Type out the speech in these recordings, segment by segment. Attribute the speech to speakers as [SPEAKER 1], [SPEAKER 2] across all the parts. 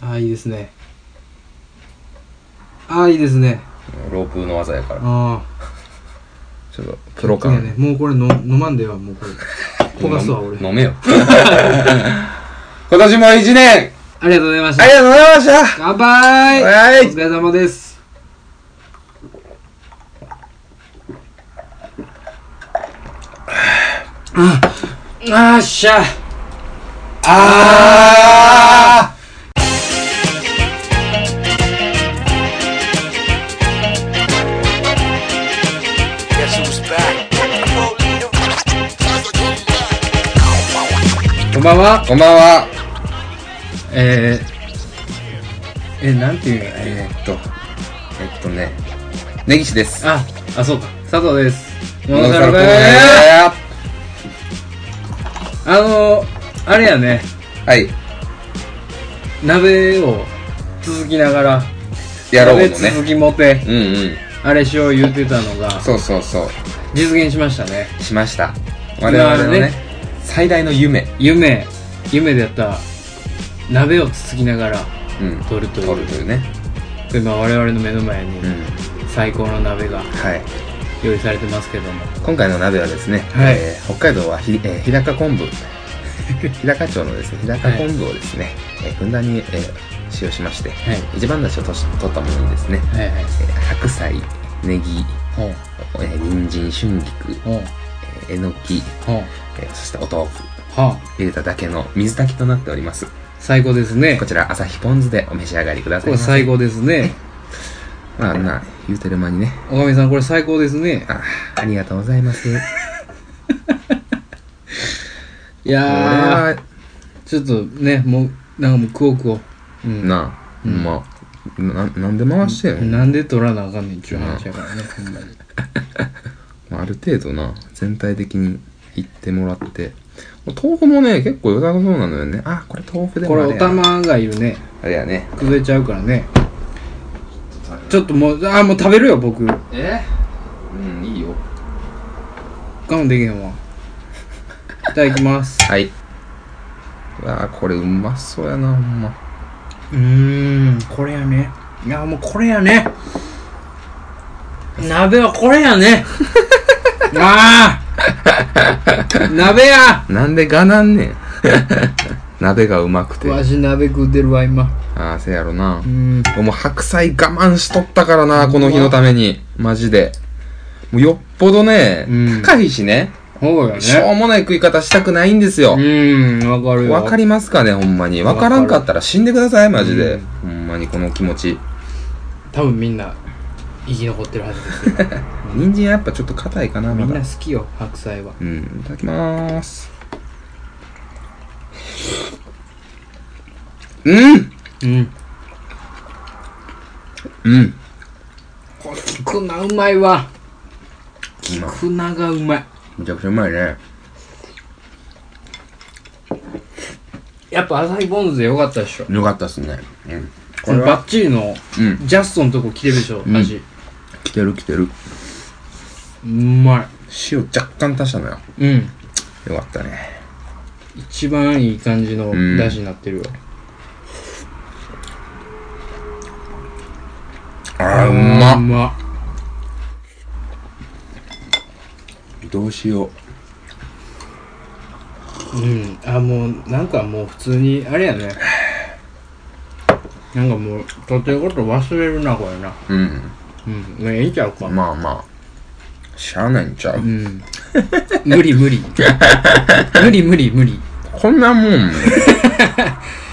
[SPEAKER 1] ああいいですねああいいですね
[SPEAKER 2] ロープの技やから
[SPEAKER 1] ああ
[SPEAKER 2] ちょっとプロ感、
[SPEAKER 1] いいねもうこれの飲まんではもうこれ焦がすわ俺
[SPEAKER 2] 飲めよ 今年も一年
[SPEAKER 1] ありがとうございまし
[SPEAKER 2] あり
[SPEAKER 1] た
[SPEAKER 2] がとうございました
[SPEAKER 1] 乾杯
[SPEAKER 2] はい
[SPEAKER 1] お疲れ様ですああっしゃ
[SPEAKER 2] あ
[SPEAKER 3] Guess who's back?
[SPEAKER 2] ーこんばんはこんばんはえー、えなんていうのえー、っとえっとね根岸です
[SPEAKER 1] ああそうか佐藤です
[SPEAKER 2] モノ
[SPEAKER 1] 野
[SPEAKER 2] サ
[SPEAKER 1] 田
[SPEAKER 2] ル
[SPEAKER 1] さん
[SPEAKER 2] コ
[SPEAKER 1] です
[SPEAKER 2] ね
[SPEAKER 1] あのあれやね
[SPEAKER 2] はい
[SPEAKER 1] 鍋を続きながら
[SPEAKER 2] やろうの
[SPEAKER 1] 鍋
[SPEAKER 2] ね
[SPEAKER 1] 続き持て
[SPEAKER 2] うんうん
[SPEAKER 1] あれしよう言うてたのが
[SPEAKER 2] そうそうそう
[SPEAKER 1] 実現しましたね
[SPEAKER 2] しました我々のね
[SPEAKER 1] なるね
[SPEAKER 2] 最大の夢
[SPEAKER 1] 夢夢でやった鍋をつつきながら
[SPEAKER 2] うん
[SPEAKER 1] 撮るという
[SPEAKER 2] 撮るというね
[SPEAKER 1] 今我々の目の前に
[SPEAKER 2] うん
[SPEAKER 1] 最高の鍋が
[SPEAKER 2] はい
[SPEAKER 1] 用意されてますけども
[SPEAKER 2] 今回の鍋はですね、
[SPEAKER 1] はい
[SPEAKER 2] えー北海道はひ、えー日 高昆布日高町のですね日高昆布をですね、えーふんだんに、えー使用しまして、
[SPEAKER 1] はい
[SPEAKER 2] 一番だしをとし取ったものにですね、
[SPEAKER 1] はいはい
[SPEAKER 2] えー白菜ネギ、
[SPEAKER 1] ほう
[SPEAKER 2] えー、人参春菊、
[SPEAKER 1] ほう
[SPEAKER 2] えーえのき、
[SPEAKER 1] ほう
[SPEAKER 2] えーそしてお豆腐
[SPEAKER 1] はあ
[SPEAKER 2] 入れただけの水炊きとなっております
[SPEAKER 1] 最高ですね
[SPEAKER 2] こちら朝日ポン酢でお召し上がりくだ
[SPEAKER 1] こ
[SPEAKER 2] さい
[SPEAKER 1] れ
[SPEAKER 2] ま
[SPEAKER 1] 最
[SPEAKER 2] せ
[SPEAKER 1] 高ですね
[SPEAKER 2] まあまあ言うてる間にね
[SPEAKER 1] おかみさんこれ最高ですね
[SPEAKER 2] あありがとうございますこ
[SPEAKER 1] い
[SPEAKER 2] れ
[SPEAKER 1] やー
[SPEAKER 2] は
[SPEAKER 1] ちょっとねもうなんかもう食おう食おううん
[SPEAKER 2] なあ、ほんまあななんで回してんの
[SPEAKER 1] なんで取らなあかんねんっちゅう話やからねほんまに
[SPEAKER 2] まあ、ある程度な全体的にいってもらって豆腐もね結構良さそうなのよねあこれ豆腐でも
[SPEAKER 1] これお
[SPEAKER 2] あやな
[SPEAKER 1] 玉がいるね
[SPEAKER 2] あれやね
[SPEAKER 1] 崩れちゃうからねちょっともうあーもう食べるよ僕我
[SPEAKER 2] えうんいいよ
[SPEAKER 1] 慢できへんわいただきます
[SPEAKER 2] はいうわあこれうまそうやなほんま
[SPEAKER 1] うーんこれやねいやもうこれやね鍋はこれやね ああ鍋や
[SPEAKER 2] なんでがなんねん 鍋がうまくて
[SPEAKER 1] わし鍋食うてるわ今
[SPEAKER 2] ああせやろな
[SPEAKER 1] う、ん
[SPEAKER 2] もう白菜我慢しとったからなこの日のためにマジでもうよっぽどね、
[SPEAKER 1] うん
[SPEAKER 2] 高いしね
[SPEAKER 1] そうやね
[SPEAKER 2] しょうもない食い方したくないんですよ、
[SPEAKER 1] うんわかるよ
[SPEAKER 2] わかりますかねほんまに
[SPEAKER 1] わ
[SPEAKER 2] わ
[SPEAKER 1] かる
[SPEAKER 2] からんかったら死んでくださいマジで、
[SPEAKER 1] うん
[SPEAKER 2] ほんまにこの気持ち
[SPEAKER 1] 多分みんな生き残ってるはずですよ
[SPEAKER 2] 人参はやっぱちょっと硬いかな
[SPEAKER 1] み
[SPEAKER 2] ま
[SPEAKER 1] んな
[SPEAKER 2] だ
[SPEAKER 1] 好きよ白菜は
[SPEAKER 2] うんいただきまーすうん
[SPEAKER 1] うん
[SPEAKER 2] うん
[SPEAKER 1] これ菊菜うまいわ
[SPEAKER 2] うま
[SPEAKER 1] 菊菜がうまい
[SPEAKER 2] めちゃくちゃうまいね
[SPEAKER 1] やっぱ朝日ボンズでよかったでしょ
[SPEAKER 2] よかったっすねうん
[SPEAKER 1] このバッチリの
[SPEAKER 2] うん
[SPEAKER 1] ジャストのとこ来てるでしょ
[SPEAKER 2] ん
[SPEAKER 1] 味
[SPEAKER 2] 来てる来てる
[SPEAKER 1] うま
[SPEAKER 2] 塩若干足したのよ
[SPEAKER 1] いうん
[SPEAKER 2] よかったね
[SPEAKER 1] 一番いい感じの
[SPEAKER 2] うん
[SPEAKER 1] 出汁になってるよ
[SPEAKER 2] あーう
[SPEAKER 1] う
[SPEAKER 2] まっ
[SPEAKER 1] ま
[SPEAKER 2] どうしよう
[SPEAKER 1] うんあもうなんかもう普通にあれやねなんかもうとてること忘れるなこれな
[SPEAKER 2] うん
[SPEAKER 1] うんねいいんちゃうか
[SPEAKER 2] まあまあしゃあないんちゃ
[SPEAKER 1] う
[SPEAKER 2] う、
[SPEAKER 1] ん無理無理無理無理無理
[SPEAKER 2] こんな もん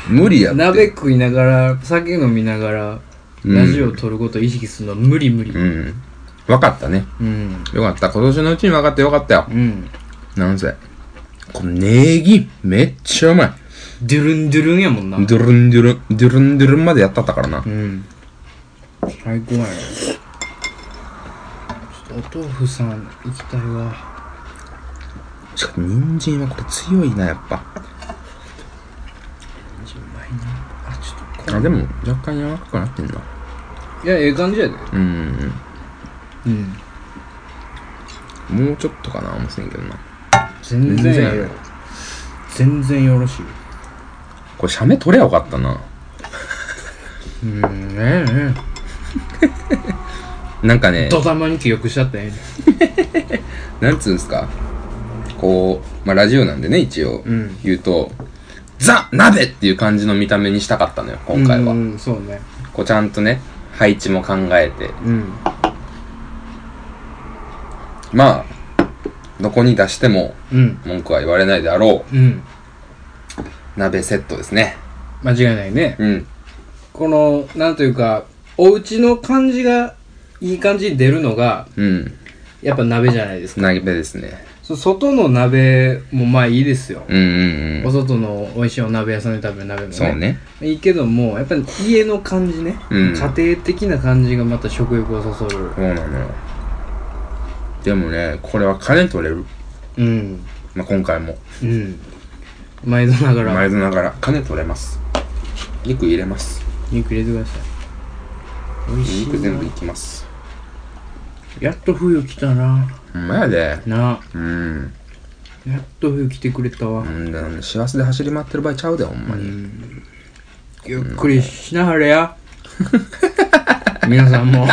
[SPEAKER 2] 無理やって
[SPEAKER 1] 鍋食いながら酒飲みながら
[SPEAKER 2] うん
[SPEAKER 1] ラジオ撮ることを意識するのは無理無理
[SPEAKER 2] うん。分かったね。
[SPEAKER 1] うん
[SPEAKER 2] よかった。今年のうちに分かってよかったよ
[SPEAKER 1] う。ん
[SPEAKER 2] なんせ。このネギ、めっちゃうまい。
[SPEAKER 1] ドゥルンドゥルンやもんな
[SPEAKER 2] ドゥルンドゥルン、ドゥルンドゥルンまでやったったからな
[SPEAKER 1] う。ん最高やねちょっとお豆腐さん行きたいわ
[SPEAKER 2] しかも人参はこれ強いな、やっぱ。
[SPEAKER 1] あちょっと
[SPEAKER 2] あ、でも若干柔らかくなってんな。
[SPEAKER 1] こいやええ感じやで
[SPEAKER 2] うん。
[SPEAKER 1] うん
[SPEAKER 2] もうちょっとかな、思ってんけどな。
[SPEAKER 1] 全然ええよ全然よろしいよ
[SPEAKER 2] これ、シャメ取ればよかったな。
[SPEAKER 1] うんねえね
[SPEAKER 2] なんかね
[SPEAKER 1] えドタマに記憶しちゃったね
[SPEAKER 2] なんつうんすかこう、まあ、ラジオなんでね一応
[SPEAKER 1] うん
[SPEAKER 2] 言うと、ザ鍋っていう感じの見た目にしたかったのよ今回は、
[SPEAKER 1] うんそうね
[SPEAKER 2] こうちゃんとね配置も考えて
[SPEAKER 1] うん
[SPEAKER 2] まあどこに出しても
[SPEAKER 1] うん
[SPEAKER 2] 文句は言われないであろ
[SPEAKER 1] うん
[SPEAKER 2] う鍋セットですね
[SPEAKER 1] 間違いないね
[SPEAKER 2] うん
[SPEAKER 1] このなんというかお家の感じがいい感じに出るのが
[SPEAKER 2] うん
[SPEAKER 1] やっぱ鍋じゃないですか
[SPEAKER 2] 鍋ですね
[SPEAKER 1] そ外の鍋もまあいいですよ、
[SPEAKER 2] うんうんう
[SPEAKER 1] お
[SPEAKER 2] ん
[SPEAKER 1] 外の美味しいお鍋屋さんで食べる鍋もね
[SPEAKER 2] そうね
[SPEAKER 1] いいけどもやっぱり家の感じね、
[SPEAKER 2] うん
[SPEAKER 1] 家庭的な感じがまた食欲をそそる
[SPEAKER 2] そうなのよでもねこれは金取れる、
[SPEAKER 1] うん
[SPEAKER 2] まあ、今回も
[SPEAKER 1] うん毎度なが
[SPEAKER 2] 前
[SPEAKER 1] ら
[SPEAKER 2] ずながら金取れます肉入れます
[SPEAKER 1] 肉入れてください美味しい
[SPEAKER 2] 肉全部い
[SPEAKER 1] な
[SPEAKER 2] きます
[SPEAKER 1] やっと冬来たな
[SPEAKER 2] ほんまやで
[SPEAKER 1] な
[SPEAKER 2] うん
[SPEAKER 1] あやっと冬来てくれたわ、
[SPEAKER 2] うんだから幸せで走り回ってる場合ちゃうでほんまに、
[SPEAKER 1] ゆっくりしなはれ や皆さんも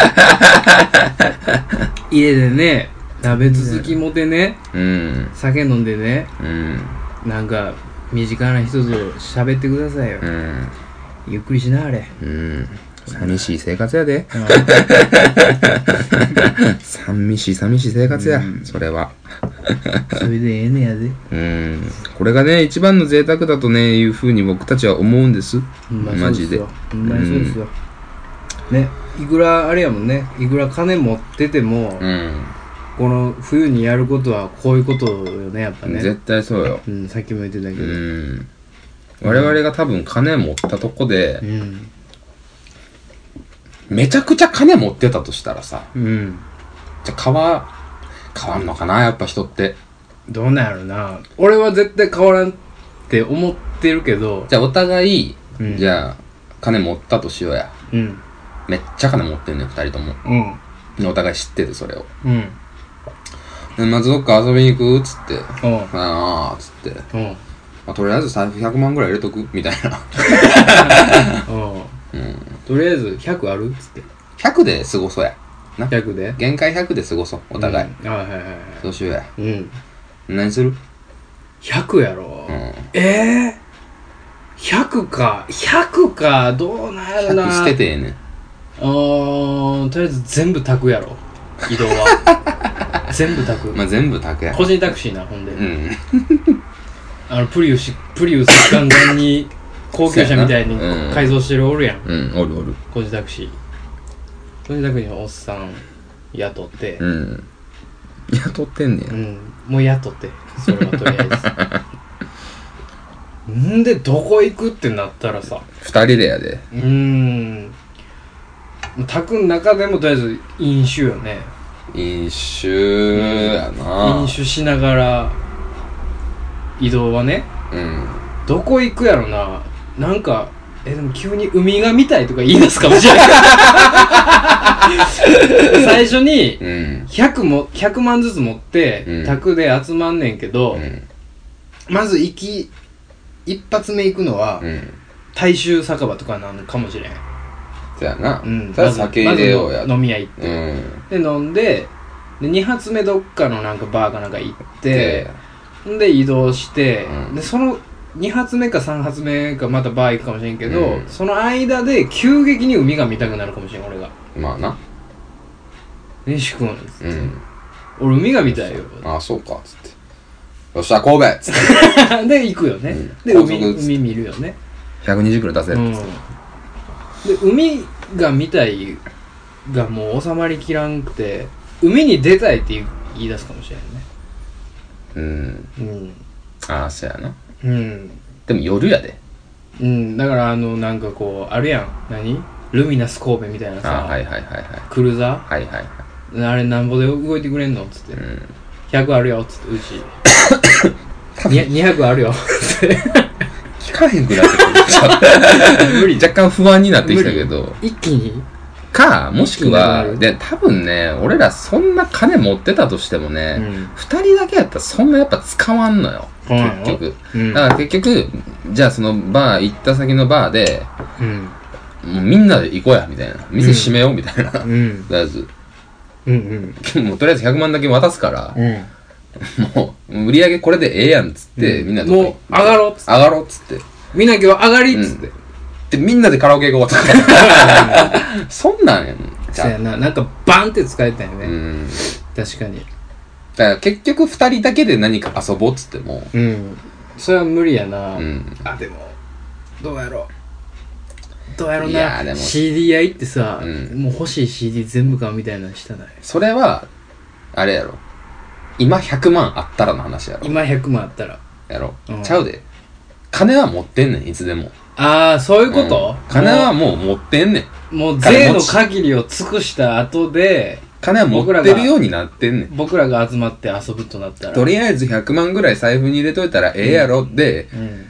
[SPEAKER 1] 家でね鍋続きもてね
[SPEAKER 2] うん
[SPEAKER 1] 酒飲んでね
[SPEAKER 2] うん
[SPEAKER 1] なんか身近な人と喋ってくださいよ、
[SPEAKER 2] うん
[SPEAKER 1] ゆっくりしなは れ
[SPEAKER 2] うん寂しい生活やで寂しい寂しい生活や、それは
[SPEAKER 1] それでええねやで
[SPEAKER 2] うんこれがね一番の贅沢だとねいうふうに僕たちは思うんです
[SPEAKER 1] ほんま
[SPEAKER 2] マジで
[SPEAKER 1] そうっすよほんまにそうですよ、ねいくらあれやもんねいくら金持ってても、
[SPEAKER 2] うん、
[SPEAKER 1] この冬にやることはこういうことよねやっぱね
[SPEAKER 2] 絶対そうよ
[SPEAKER 1] うんさっきも言ってたけど
[SPEAKER 2] う、ん我々が多分金持ったとこで、
[SPEAKER 1] うん
[SPEAKER 2] めちゃくちゃ金持ってたとしたらさ、
[SPEAKER 1] うん
[SPEAKER 2] じゃあ変わ、変わんのかなやっぱ人って。
[SPEAKER 1] どうなんやろな俺は絶対変わらんって思ってるけど
[SPEAKER 2] じゃあお互い、
[SPEAKER 1] うん
[SPEAKER 2] じゃあ金持ったとしようや。
[SPEAKER 1] うん
[SPEAKER 2] めっちゃ金持ってんねん、二人とも。
[SPEAKER 1] うん
[SPEAKER 2] お互い知ってる、それを。
[SPEAKER 1] うん
[SPEAKER 2] で、まずどっか遊びに行くっつって。
[SPEAKER 1] うん
[SPEAKER 2] ああ、つって。
[SPEAKER 1] うん
[SPEAKER 2] まあ、とりあえず財布100万ぐらい入れとくみたいな。
[SPEAKER 1] うんとりあえず100あるっつって
[SPEAKER 2] 100で過ごそうや。な。
[SPEAKER 1] 100で
[SPEAKER 2] 限界100で過ごそう、お互い。
[SPEAKER 1] うんあはいはいはいは
[SPEAKER 2] そうしようや。
[SPEAKER 1] いうん
[SPEAKER 2] 何する
[SPEAKER 1] 100やろ、
[SPEAKER 2] うん。
[SPEAKER 1] ええー、100か100かどうなんやろな
[SPEAKER 2] 100捨ててええねん。
[SPEAKER 1] うーんとりあえず全部炊くやろ移動は 全部炊く、
[SPEAKER 2] まあ、全部宅や。
[SPEAKER 1] 個人タクシーなほんで、
[SPEAKER 2] うん。
[SPEAKER 1] あのプリウスプリウスガンガンに高級車みたいに
[SPEAKER 2] そうやなうん
[SPEAKER 1] 改造してるおるやん、
[SPEAKER 2] うん、おるおる。
[SPEAKER 1] 個人タクシー個人タクシーのおっさん雇って
[SPEAKER 2] うん。雇ってんね
[SPEAKER 1] う
[SPEAKER 2] や。
[SPEAKER 1] ん、もう雇ってそれはとりあえ ずんでどこ行くってなったらさ
[SPEAKER 2] 二人でやで。
[SPEAKER 1] うーん炊く中でもとりあえず飲酒よね
[SPEAKER 2] 飲酒やな
[SPEAKER 1] 飲酒しながら移動はね
[SPEAKER 2] うん
[SPEAKER 1] どこ行くやろななんかえでも急に海が見たいとか言い出すかもしれない 最初に
[SPEAKER 2] うん
[SPEAKER 1] 100も100万ずつ持って、
[SPEAKER 2] うん
[SPEAKER 1] 宅で集まんねんけど、
[SPEAKER 2] うん
[SPEAKER 1] まず行き一発目行くのは、
[SPEAKER 2] うん
[SPEAKER 1] 大衆酒場とかなのかもしれん、
[SPEAKER 2] そやな
[SPEAKER 1] うん、
[SPEAKER 2] ただ酒入れよう
[SPEAKER 1] ま
[SPEAKER 2] や
[SPEAKER 1] ず飲み屋行っ
[SPEAKER 2] う
[SPEAKER 1] て、
[SPEAKER 2] ん
[SPEAKER 1] で飲んでで2発目どっかのなんかバーかなんか行って
[SPEAKER 2] で
[SPEAKER 1] で移動して、
[SPEAKER 2] うん
[SPEAKER 1] でその2発目か3発目かまたバー行くかもしれんけど、
[SPEAKER 2] うん
[SPEAKER 1] その間で急激に海が見たくなるかもしれん俺が
[SPEAKER 2] まあな
[SPEAKER 1] 「西君
[SPEAKER 2] うん
[SPEAKER 1] 俺海が見たいよ」
[SPEAKER 2] ああそうかつってよっしゃ神 戸つって
[SPEAKER 1] で行くよね、
[SPEAKER 2] うん
[SPEAKER 1] で
[SPEAKER 2] 高
[SPEAKER 1] 海
[SPEAKER 2] 速
[SPEAKER 1] 海見るよね、
[SPEAKER 2] 120キロ出せ
[SPEAKER 1] う
[SPEAKER 2] る
[SPEAKER 1] ん、で海が見たいがもう収まりきらんくて海に出たいって言い出すかもしれ
[SPEAKER 2] うん
[SPEAKER 1] んね
[SPEAKER 2] ああそやな
[SPEAKER 1] うんうん
[SPEAKER 2] でも夜やで
[SPEAKER 1] うん、だからあのなんかこうあるやん何ルミナス神戸みたいなさ
[SPEAKER 2] ああはいはいはいはい
[SPEAKER 1] クルーザ
[SPEAKER 2] はいはいはい
[SPEAKER 1] ーあれなんぼで動いてくれんのっつって、
[SPEAKER 2] うん
[SPEAKER 1] 100あるよっつってうち に200あるよっつって
[SPEAKER 2] 聞かへんくなってくるちょっ
[SPEAKER 1] 無
[SPEAKER 2] と
[SPEAKER 1] 理
[SPEAKER 2] 若干不安になってきたけど
[SPEAKER 1] 一気に
[SPEAKER 2] かもしくは
[SPEAKER 1] 気になる
[SPEAKER 2] で多分ね俺らそんな金持ってたとしてもね、
[SPEAKER 1] うん
[SPEAKER 2] 二人だけやったらそんなやっぱ使わんのよ
[SPEAKER 1] そうなの
[SPEAKER 2] 結局
[SPEAKER 1] うん
[SPEAKER 2] だから結局じゃあそのバー行った先のバーで
[SPEAKER 1] うん
[SPEAKER 2] もうみんなで行こうや、みたいな。店閉めよう、みたいな。と
[SPEAKER 1] うん
[SPEAKER 2] りあえず、
[SPEAKER 1] うんうん
[SPEAKER 2] もうとりあえず100万だけ渡すから、
[SPEAKER 1] うん
[SPEAKER 2] もう、売り上げこれでええやん、っつって、みんなで。
[SPEAKER 1] もう上がろうっつって
[SPEAKER 2] 上がろう、っつって。
[SPEAKER 1] みんな今日上がりっつって、
[SPEAKER 2] で、みんなでカラオケ行こう、と か。そんなんやん。
[SPEAKER 1] そうやななんかバンって使えたよね、
[SPEAKER 2] うん。
[SPEAKER 1] 確かに
[SPEAKER 2] だから結局二人だけで何か遊ぼうっつっても、
[SPEAKER 1] うんそれは無理やな、
[SPEAKER 2] うん。
[SPEAKER 1] あでもどうやろうどうやろう
[SPEAKER 2] いやーで
[SPEAKER 1] な
[SPEAKER 2] も
[SPEAKER 1] CD 合いってさ、
[SPEAKER 2] うん
[SPEAKER 1] もう欲しい CD 全部買うみたいなのしたない
[SPEAKER 2] それは、あれやろ。今100万あったらの話やろ。
[SPEAKER 1] 今100万あったら
[SPEAKER 2] やろ
[SPEAKER 1] うん。
[SPEAKER 2] ちゃうで。金は持ってんねん、いつでも。
[SPEAKER 1] ああそういうこと、
[SPEAKER 2] うん金はもう持ってんねん。
[SPEAKER 1] もうもう
[SPEAKER 2] 金
[SPEAKER 1] 税
[SPEAKER 2] 持
[SPEAKER 1] の
[SPEAKER 2] ち
[SPEAKER 1] 限りを尽くした後で
[SPEAKER 2] 金は持ってるようになってんねん。
[SPEAKER 1] 僕らが集まって遊ぶとなったら
[SPEAKER 2] とりあえず100万ぐらい財布に入れといたらええやろで、
[SPEAKER 1] うん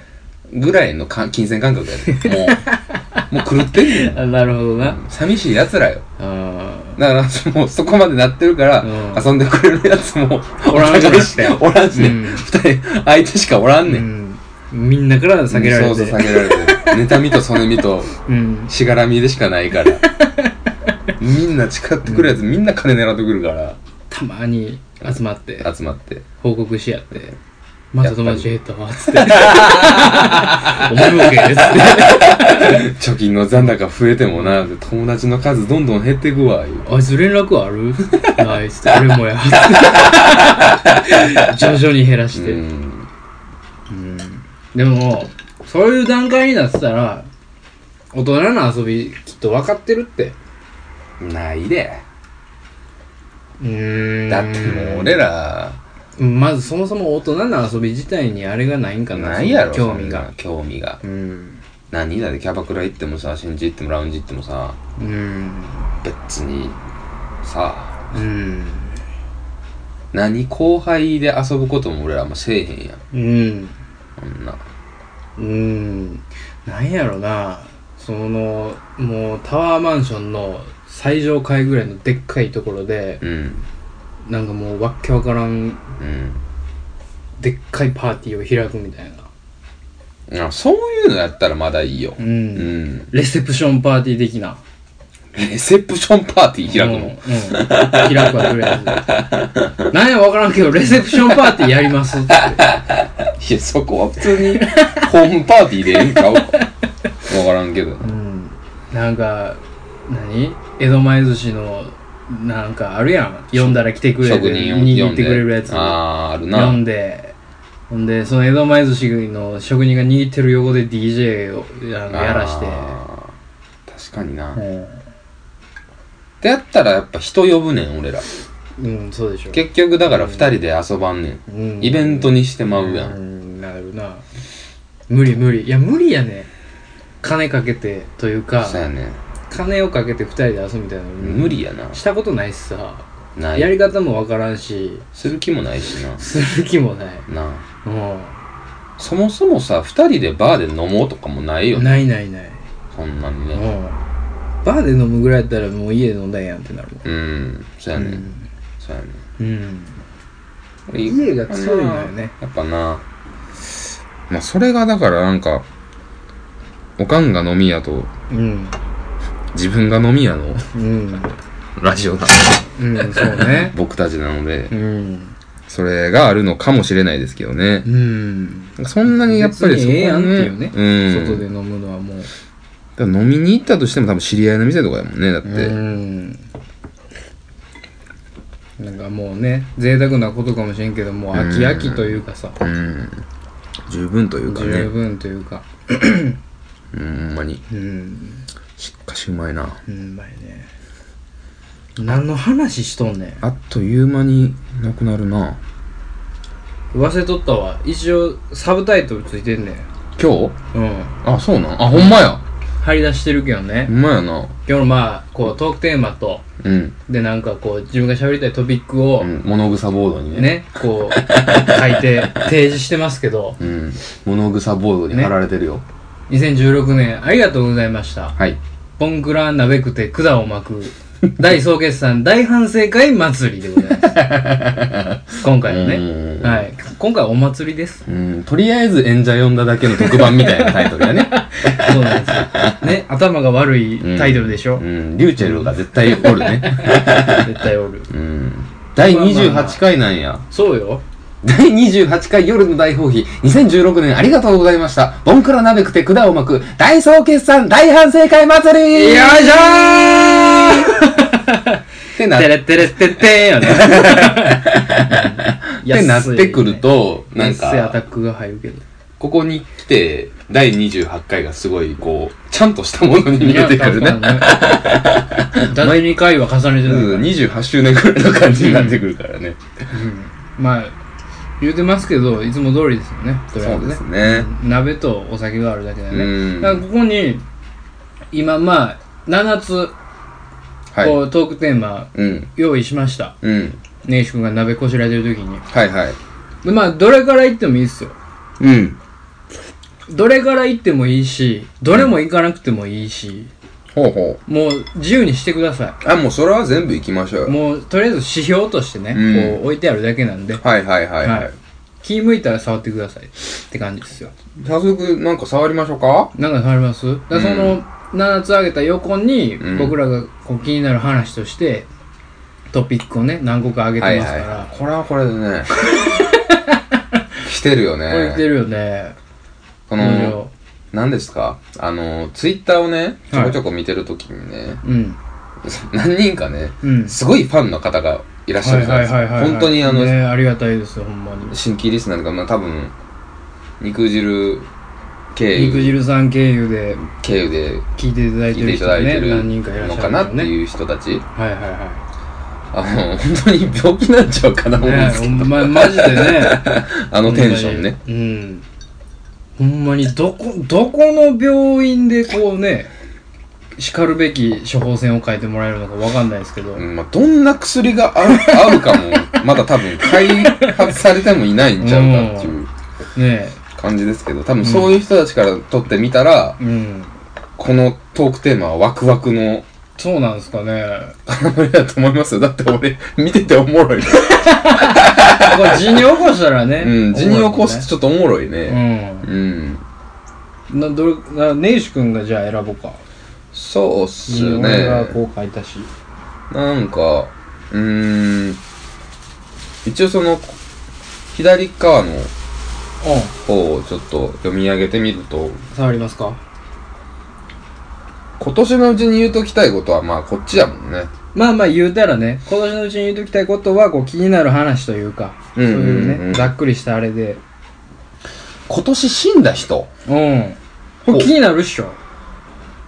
[SPEAKER 2] ぐらいのか金銭感覚や で。もう、もう狂ってんねん。
[SPEAKER 1] あなるほどな
[SPEAKER 2] 寂しい奴らよ。
[SPEAKER 1] うん
[SPEAKER 2] だから、もうそこまでなってるから、
[SPEAKER 1] うん
[SPEAKER 2] 遊んでくれるやつも、
[SPEAKER 1] おらんし
[SPEAKER 2] お互いしておらんしね。
[SPEAKER 1] うん
[SPEAKER 2] 二人、相手しかおらんねん。
[SPEAKER 1] うんみんなから避けられて
[SPEAKER 2] そうそう、下げられて。妬みとそねみと、
[SPEAKER 1] うん
[SPEAKER 2] しがらみでしかない から。みんな誓ってくるやつ、みんな金狙ってくるか
[SPEAKER 1] たまに集まって
[SPEAKER 2] ら、集まって。
[SPEAKER 1] 報告し合って「また友達減ったわ」っ つって「お前もけ」っつって
[SPEAKER 2] 貯金の残高増えてもな、友達の数どんどん減っていくわ、言う
[SPEAKER 1] 「あいつ連絡ある?」「ない」っつって「俺も や」って徐々に減らして、
[SPEAKER 2] うん
[SPEAKER 1] でもそういう段階になってたら大人の遊びきっと分かってるって
[SPEAKER 2] ないで。
[SPEAKER 1] うーん
[SPEAKER 2] だってもう俺ら、
[SPEAKER 1] まずそもそも大人の遊び自体にあれがないんかな
[SPEAKER 2] ないやろ、
[SPEAKER 1] 興味が。
[SPEAKER 2] そんな。興味が。
[SPEAKER 1] うん
[SPEAKER 2] 何だでキャバクラ行ってもさ、新地行ってもラウンジ行ってもさ、
[SPEAKER 1] うん
[SPEAKER 2] 別に、さ、
[SPEAKER 1] うん
[SPEAKER 2] 何後輩で遊ぶことも俺らもせえへんやん。
[SPEAKER 1] うん
[SPEAKER 2] こんな。
[SPEAKER 1] うんなんやろなそのもうタワーマンションの最上階ぐらいのでっかいところで
[SPEAKER 2] うん。
[SPEAKER 1] なんかもうわっけわからんでっかいパーティーを開くみたいな
[SPEAKER 2] うん。あそういうのやったらまだいいよ。
[SPEAKER 1] う、
[SPEAKER 2] うんん。
[SPEAKER 1] レセプションパーティー的な
[SPEAKER 2] レセプションパーティー開く
[SPEAKER 1] うん、う
[SPEAKER 2] の
[SPEAKER 1] ん、開くわとりあえずなんやわからんけどレセプションパーティーやりますって
[SPEAKER 2] いや、そこは普通に、ホームパーティーでええんち ゃうわからんけど。
[SPEAKER 1] うんなんか何江戸前寿司のなんかあるやん呼んだら来てくれる
[SPEAKER 2] 職人を
[SPEAKER 1] 握
[SPEAKER 2] 呼
[SPEAKER 1] っ
[SPEAKER 2] ん
[SPEAKER 1] て
[SPEAKER 2] で。
[SPEAKER 1] くれるやつ
[SPEAKER 2] あー、あるな。
[SPEAKER 1] 飲んでほんでその江戸前寿司の職人が握ってる横で DJ をあのやらして
[SPEAKER 2] あー確かにな、
[SPEAKER 1] う
[SPEAKER 2] でやったらやっぱ人呼ぶねん俺ら
[SPEAKER 1] ん、うん、そうでしょ
[SPEAKER 2] 結局だから2人で遊ばんねん、イベントにしてまうや、
[SPEAKER 1] うんんなるな無理無理いや無理やね金かけてというか
[SPEAKER 2] そうやね
[SPEAKER 1] 金をかけて二人で遊ぶみたいなの
[SPEAKER 2] 無理やな
[SPEAKER 1] したことないしさ
[SPEAKER 2] な
[SPEAKER 1] や
[SPEAKER 2] い
[SPEAKER 1] り方もわからんし
[SPEAKER 2] する気もないしな
[SPEAKER 1] する気もない
[SPEAKER 2] な
[SPEAKER 1] も
[SPEAKER 2] あそもそもさ2人でバーで飲もうとかもないよ
[SPEAKER 1] う
[SPEAKER 2] ね
[SPEAKER 1] ないないない
[SPEAKER 2] そんなに
[SPEAKER 1] もう
[SPEAKER 2] ね
[SPEAKER 1] バーで飲むぐらいやったらもう家で飲んだらええやんってなるもん
[SPEAKER 2] うんそうやね、そうやね
[SPEAKER 1] うん
[SPEAKER 2] 俺
[SPEAKER 1] 家が強いのよね
[SPEAKER 2] やっぱなまあそれがだからなんかおかんが飲み屋と
[SPEAKER 1] うん
[SPEAKER 2] 自分が飲み 屋の
[SPEAKER 1] うん
[SPEAKER 2] ラジオだ
[SPEAKER 1] うんそう ね
[SPEAKER 2] 僕たちなので、
[SPEAKER 1] うん
[SPEAKER 2] それがあるのかもしれないですけどね
[SPEAKER 1] う。ん
[SPEAKER 2] そんなにやっぱり
[SPEAKER 1] 別
[SPEAKER 2] そ
[SPEAKER 1] にええやん
[SPEAKER 2] は
[SPEAKER 1] って
[SPEAKER 2] ね
[SPEAKER 1] いうね
[SPEAKER 2] うん。
[SPEAKER 1] 外で飲むのはもう
[SPEAKER 2] だから飲みに行ったとしても多分知り合いの店とかやもんね、だって。
[SPEAKER 1] うんなんかもうね贅沢なことかもしれんけどもう飽き飽きというかさ
[SPEAKER 2] うん。十分というか
[SPEAKER 1] 十
[SPEAKER 2] ね。
[SPEAKER 1] 分というか
[SPEAKER 2] うん、ほんまに。
[SPEAKER 1] うん
[SPEAKER 2] しっかしうまいな。
[SPEAKER 1] うんまいね何の話しとんねん
[SPEAKER 2] あっという間になくなるな。
[SPEAKER 1] 忘れとったわ一応サブタイトルついてんねん
[SPEAKER 2] 今日
[SPEAKER 1] うん
[SPEAKER 2] あ、そうなんあ、ほんまや。
[SPEAKER 1] 張り出してるけどね
[SPEAKER 2] ほんまやな。
[SPEAKER 1] 今日のまあこうトークテーマと
[SPEAKER 2] うん。
[SPEAKER 1] でなんかこう自分が喋りたいトピックを
[SPEAKER 2] うん物草ボードにね。。
[SPEAKER 1] ねこう書いて提示してますけど
[SPEAKER 2] うん。物草ボードに貼られてるよ。
[SPEAKER 1] 2016年ありがとうございました
[SPEAKER 2] はい。
[SPEAKER 1] ボンクラ鍋くて管を巻く 大総決算大反省会祭りでございます今回の
[SPEAKER 2] う
[SPEAKER 1] ね
[SPEAKER 2] ん
[SPEAKER 1] はい今回はお祭りです。
[SPEAKER 2] うん、とりあえず演者呼んだだけの特番みたいなタイト ルやね。
[SPEAKER 1] そうなんですよ。ね、頭が悪いタイトルでしょ、
[SPEAKER 2] うん、リューチェルが絶対おるね。
[SPEAKER 1] 絶対おる。
[SPEAKER 2] うん。第28回なんや。
[SPEAKER 1] そうよ。
[SPEAKER 2] 第28回夜の大放棄、2016年ありがとうございました。ボンクラ鍋くて管を巻く、大総決算大反省会祭り
[SPEAKER 1] よいしょ
[SPEAKER 2] ってな
[SPEAKER 1] ー
[SPEAKER 2] っ
[SPEAKER 1] てれってれってってーよね。
[SPEAKER 2] ってなってくると、
[SPEAKER 1] 安いよね、
[SPEAKER 2] なん
[SPEAKER 1] 安いアタッ
[SPEAKER 2] か、
[SPEAKER 1] クが入るけど。
[SPEAKER 2] ここに来て、第28回がすごい、こう、ちゃんとしたものに見えてくるね。
[SPEAKER 1] だ って2回は重ねてる、
[SPEAKER 2] うん、28周年くらいの感じになってくるからね。
[SPEAKER 1] まあ、言うてますけど、いつも通りですよね。とりあえずね。
[SPEAKER 2] ね。
[SPEAKER 1] 鍋とお酒があるだけだよね。
[SPEAKER 2] うん
[SPEAKER 1] だからここに、今まあ、7つ、
[SPEAKER 2] は
[SPEAKER 1] こ
[SPEAKER 2] い。
[SPEAKER 1] うトークテーマ
[SPEAKER 2] うん。
[SPEAKER 1] 用意しました。
[SPEAKER 2] うん。
[SPEAKER 1] 根岸君が鍋こしらえてる時に。
[SPEAKER 2] はいはい。
[SPEAKER 1] でまあ、どれから行ってもいいっすよ。
[SPEAKER 2] うん。
[SPEAKER 1] どれから行ってもいいし、どれも行かなくてもいいし、
[SPEAKER 2] ほうほ
[SPEAKER 1] もう自由にしてくださ
[SPEAKER 2] う。あ、もうそれは全部行きまし
[SPEAKER 1] い。
[SPEAKER 2] ょうよ。
[SPEAKER 1] もう、とりあえず指標としてね、
[SPEAKER 2] うん
[SPEAKER 1] こう置いてあるだけなんで、
[SPEAKER 2] はいはいはいは
[SPEAKER 1] はいい。気向いたら触ってくださいって感じですよ。
[SPEAKER 2] 早速、なんか触りましょうか
[SPEAKER 1] なんか触りますだからその、7つ挙げた横に、
[SPEAKER 2] うん
[SPEAKER 1] 僕らがこう気になる話として、トピックをね、何個か挙げてますから、
[SPEAKER 2] い。これはこれで ね。してるよ
[SPEAKER 1] これ言って
[SPEAKER 2] ね。
[SPEAKER 1] るよね。
[SPEAKER 2] こ
[SPEAKER 1] いろい
[SPEAKER 2] の
[SPEAKER 1] ろ、
[SPEAKER 2] 何ですかあの、ツイッターをね、ちょこちょこ見てるときにね、
[SPEAKER 1] うん。
[SPEAKER 2] 何人かね、
[SPEAKER 1] うん。
[SPEAKER 2] すごいファンの方がいらっしゃるじゃないですか。本当にあの、
[SPEAKER 1] ね、ありがたいですよ、ほんまに。
[SPEAKER 2] 新規リスナーとか、まあ多分、肉汁経
[SPEAKER 1] 肉
[SPEAKER 2] 由
[SPEAKER 1] 汁さん経由で
[SPEAKER 2] 経由で
[SPEAKER 1] 聞いていただいて
[SPEAKER 2] 聞いて
[SPEAKER 1] る
[SPEAKER 2] いた
[SPEAKER 1] 人
[SPEAKER 2] だ
[SPEAKER 1] が
[SPEAKER 2] いて
[SPEAKER 1] ね、
[SPEAKER 2] る
[SPEAKER 1] 何人かいらっし
[SPEAKER 2] の
[SPEAKER 1] ゃ
[SPEAKER 2] か
[SPEAKER 1] る
[SPEAKER 2] なって
[SPEAKER 1] う。
[SPEAKER 2] いう人たち、
[SPEAKER 1] はいはいは
[SPEAKER 2] あの、本当に病気なんちゃうかな
[SPEAKER 1] い。
[SPEAKER 2] と思うん
[SPEAKER 1] ね
[SPEAKER 2] です
[SPEAKER 1] ほ
[SPEAKER 2] け
[SPEAKER 1] んま、マジでね。
[SPEAKER 2] ど、あのテンションね。
[SPEAKER 1] ほんまに。うん。ほんまに、どこ、どこの病院でこうね、叱るべき処方箋を書いてもらえるのかわかんないですけど。
[SPEAKER 2] うんまあ、どんな薬がある合うか も、まだ多分開発されてもいないんちゃうかっていう
[SPEAKER 1] ね
[SPEAKER 2] 感じですけど、多分そういう人たちから撮ってみたら、
[SPEAKER 1] うん。
[SPEAKER 2] このトークテーマはワクワクの
[SPEAKER 1] そうなんですかね。
[SPEAKER 2] 塊だと思いますよ。だって俺、見ててお もろ
[SPEAKER 1] こ
[SPEAKER 2] い。
[SPEAKER 1] れ、地に起こしたらね。
[SPEAKER 2] うん、地に起こしてちょっとおもろい
[SPEAKER 1] と
[SPEAKER 2] ね。
[SPEAKER 1] ね。
[SPEAKER 2] うん。
[SPEAKER 1] うん。な、どれ、な、ネイシ君がじゃあ選ぼうか。
[SPEAKER 2] そうっす
[SPEAKER 1] 俺が
[SPEAKER 2] ね。
[SPEAKER 1] こう書いたし。
[SPEAKER 2] なんか、うーん。一応その、左側の
[SPEAKER 1] う
[SPEAKER 2] 方をちょっと読み上げてみると、
[SPEAKER 1] ん。触りますか
[SPEAKER 2] 今年のうちに言うときたいことは、まあこっちやもんね。
[SPEAKER 1] まあまあ言うたらね、今年のうちに言うときたいことは、こう気になる話というか、
[SPEAKER 2] うんうんうん
[SPEAKER 1] そういうね、ざっくりしたあれで。
[SPEAKER 2] 今年死んだ人
[SPEAKER 1] うん。これ気になるっしょ。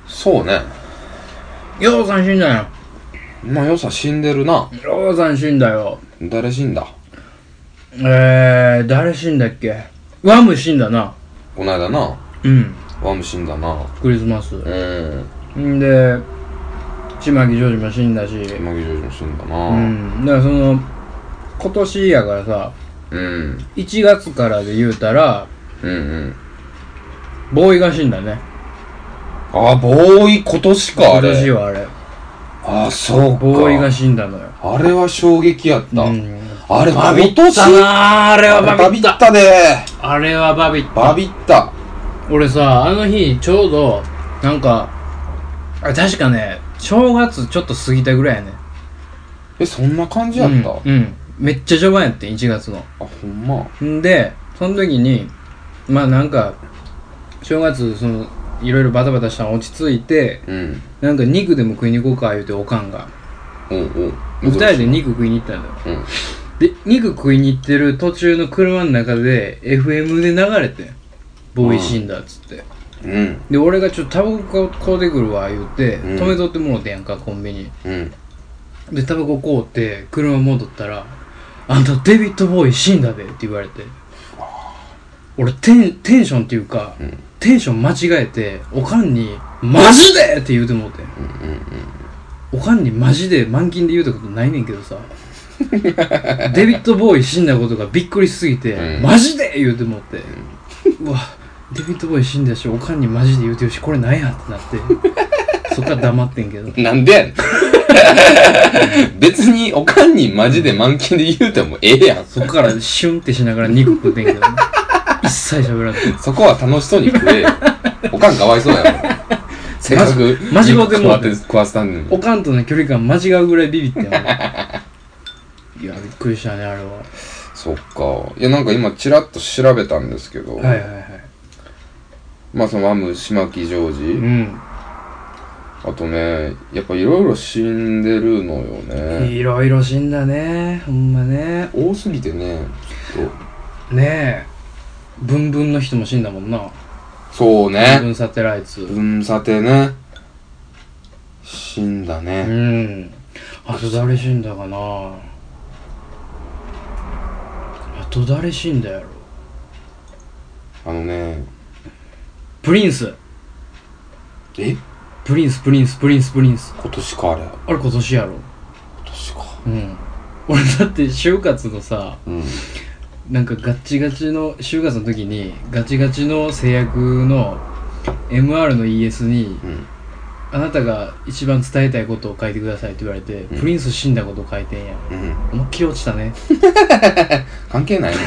[SPEAKER 2] そうね。
[SPEAKER 1] ようさん死んだよ。
[SPEAKER 2] まあよさ死んでるな。
[SPEAKER 1] ようさん死んだよ。
[SPEAKER 2] 誰死んだ
[SPEAKER 1] えー、誰死んだっけワム死んだな。
[SPEAKER 2] こないだな。
[SPEAKER 1] うん。
[SPEAKER 2] ワム死んだな。
[SPEAKER 1] クリスマス。
[SPEAKER 2] うん。
[SPEAKER 1] んで、島木ジョージも死んだし。
[SPEAKER 2] 山木ジョージも死んだ
[SPEAKER 1] う
[SPEAKER 2] な。
[SPEAKER 1] ん。だからその、今年やからさ、
[SPEAKER 2] うん。
[SPEAKER 1] 1月からで言うたら、
[SPEAKER 2] うんうん。
[SPEAKER 1] ボーイが死んだね。
[SPEAKER 2] あ、ボーイ今年か、あ
[SPEAKER 1] 今
[SPEAKER 2] れ。
[SPEAKER 1] 年はあれ。
[SPEAKER 2] あ、そうか。
[SPEAKER 1] ボーイが死んだのよ。
[SPEAKER 2] あれは衝撃やった。
[SPEAKER 1] うん
[SPEAKER 2] あれ、
[SPEAKER 1] バビ
[SPEAKER 2] 今
[SPEAKER 1] った
[SPEAKER 2] 年
[SPEAKER 1] なあれは
[SPEAKER 2] バ
[SPEAKER 1] バビ
[SPEAKER 2] ビ
[SPEAKER 1] っ
[SPEAKER 2] ったたね
[SPEAKER 1] あれはバビった
[SPEAKER 2] バビった。
[SPEAKER 1] 俺さあの日ちょうどなんかあ確かね正月ちょっと過ぎたぐらいやね
[SPEAKER 2] え、そんな感じや
[SPEAKER 1] う
[SPEAKER 2] っ
[SPEAKER 1] ん
[SPEAKER 2] た、
[SPEAKER 1] うんめっちゃ序盤やってん1月の
[SPEAKER 2] あ、ほんま。
[SPEAKER 1] んでその時にまあなんか正月そのいろいろバタバタしたの落ち着いて
[SPEAKER 2] うん。
[SPEAKER 1] なんか肉でも食いに行こうか言うておかんが
[SPEAKER 2] おうおう。
[SPEAKER 1] 二人で肉食いに行ったんだよ
[SPEAKER 2] うん。
[SPEAKER 1] で肉食いに行ってる途中の車の中で FM で流れてんボーイ死んだっつって、
[SPEAKER 2] うん。
[SPEAKER 1] で俺がちょっとタバコ買うてくるわ言うて、
[SPEAKER 2] うん
[SPEAKER 1] 止めとってもろてんやんかコンビニ
[SPEAKER 2] うん。
[SPEAKER 1] でタバコ買うて車戻ったら「あんたデビッド・ボーイ死んだで」って言われて俺テンテンションっていうか、
[SPEAKER 2] ん
[SPEAKER 1] テンション間違えておかんに「マジで!」って言うてもうてんおかんにマジで満金で言うたことないねんけど さデビッド・ボーイ死んだことがびっくりしすぎて「
[SPEAKER 2] うん
[SPEAKER 1] マジで!」言うてもって、うわデビッド・ボーイ死んだしおかんにマジで言うてるしこれなんやってなってそっから黙ってんけど。
[SPEAKER 2] なんでやねん 別におかんにマジで満勤で言うてもええやん。
[SPEAKER 1] そっからシュンってしながら肉食ってんけ ど、ね、一切喋らない。
[SPEAKER 2] そこは楽しそうに食えよ。おかんかわいそうやろ。せっかく
[SPEAKER 1] マジマジ
[SPEAKER 2] 食わって食わせたんねん。
[SPEAKER 1] おかんとの距離感間違うぐらいビビってん俺いや、びっくりしたね、あれは。
[SPEAKER 2] そっか。いや、なんか今ちらっと調べたんですけど、
[SPEAKER 1] はいはいはい。
[SPEAKER 2] まあそのアム、島木ジョ
[SPEAKER 1] う
[SPEAKER 2] ージ、
[SPEAKER 1] ん。
[SPEAKER 2] あとね、やっぱいろいろ死んでるのよね。
[SPEAKER 1] いろいろ死んだね、ほんまね。
[SPEAKER 2] 多すぎてね、ちょっ
[SPEAKER 1] ねえ。ブンブンの人も死んだもんな。
[SPEAKER 2] と。そ
[SPEAKER 1] ブ
[SPEAKER 2] う
[SPEAKER 1] ンブ
[SPEAKER 2] ね。
[SPEAKER 1] ンサテライツ。
[SPEAKER 2] うん、さてね。死んだね。
[SPEAKER 1] うん。あと誰死んだかなあと誰死んだやろ
[SPEAKER 2] あのね、
[SPEAKER 1] プリンス
[SPEAKER 2] え
[SPEAKER 1] プリンスプリンスプリンスプリンス
[SPEAKER 2] 今年かあれ。今
[SPEAKER 1] あれ今年やろ
[SPEAKER 2] 年か。
[SPEAKER 1] うん俺だって就活のさ
[SPEAKER 2] うん。
[SPEAKER 1] なんかガッチガチの就活の時にガチガチの制約の MR の ES に
[SPEAKER 2] うん。
[SPEAKER 1] あなたが一番伝えたいことを書いてくださいって言われて、
[SPEAKER 2] ん
[SPEAKER 1] プリンス死んだことを書いてんやん
[SPEAKER 2] うん。
[SPEAKER 1] 思いっきり落ちたね
[SPEAKER 2] 関係ないね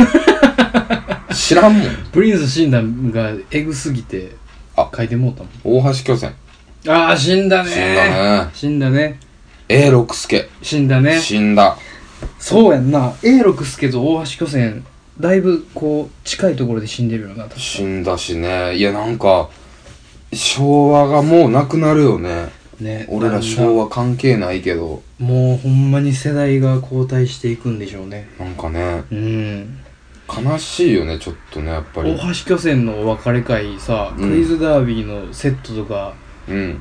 [SPEAKER 2] 知らんもん
[SPEAKER 1] プリンス死んだんがエグすぎて
[SPEAKER 2] あ
[SPEAKER 1] 書いてもうたもん
[SPEAKER 2] 大橋巨泉
[SPEAKER 1] ああ、死んだね
[SPEAKER 2] 死んだね
[SPEAKER 1] 死んだね。
[SPEAKER 2] A 六輔
[SPEAKER 1] 死んだね。
[SPEAKER 2] 死んだ
[SPEAKER 1] そうやんな。永六輔と大橋巨泉、だいぶこう、近いところで死んでるよな、確か
[SPEAKER 2] 死んだしねいやなんか昭和がもうなくなるよね
[SPEAKER 1] ね。
[SPEAKER 2] 俺ら
[SPEAKER 1] だん
[SPEAKER 2] 昭和関係ないけど
[SPEAKER 1] だんもうほんまに世代が交代していくんでしょうね。
[SPEAKER 2] なんかね
[SPEAKER 1] うん。
[SPEAKER 2] 悲しいよねちょっとねやっぱ
[SPEAKER 1] 大
[SPEAKER 2] り
[SPEAKER 1] 橋巨泉のお別れ会さ、
[SPEAKER 2] うん
[SPEAKER 1] クイズダービーのセットとか、
[SPEAKER 2] うん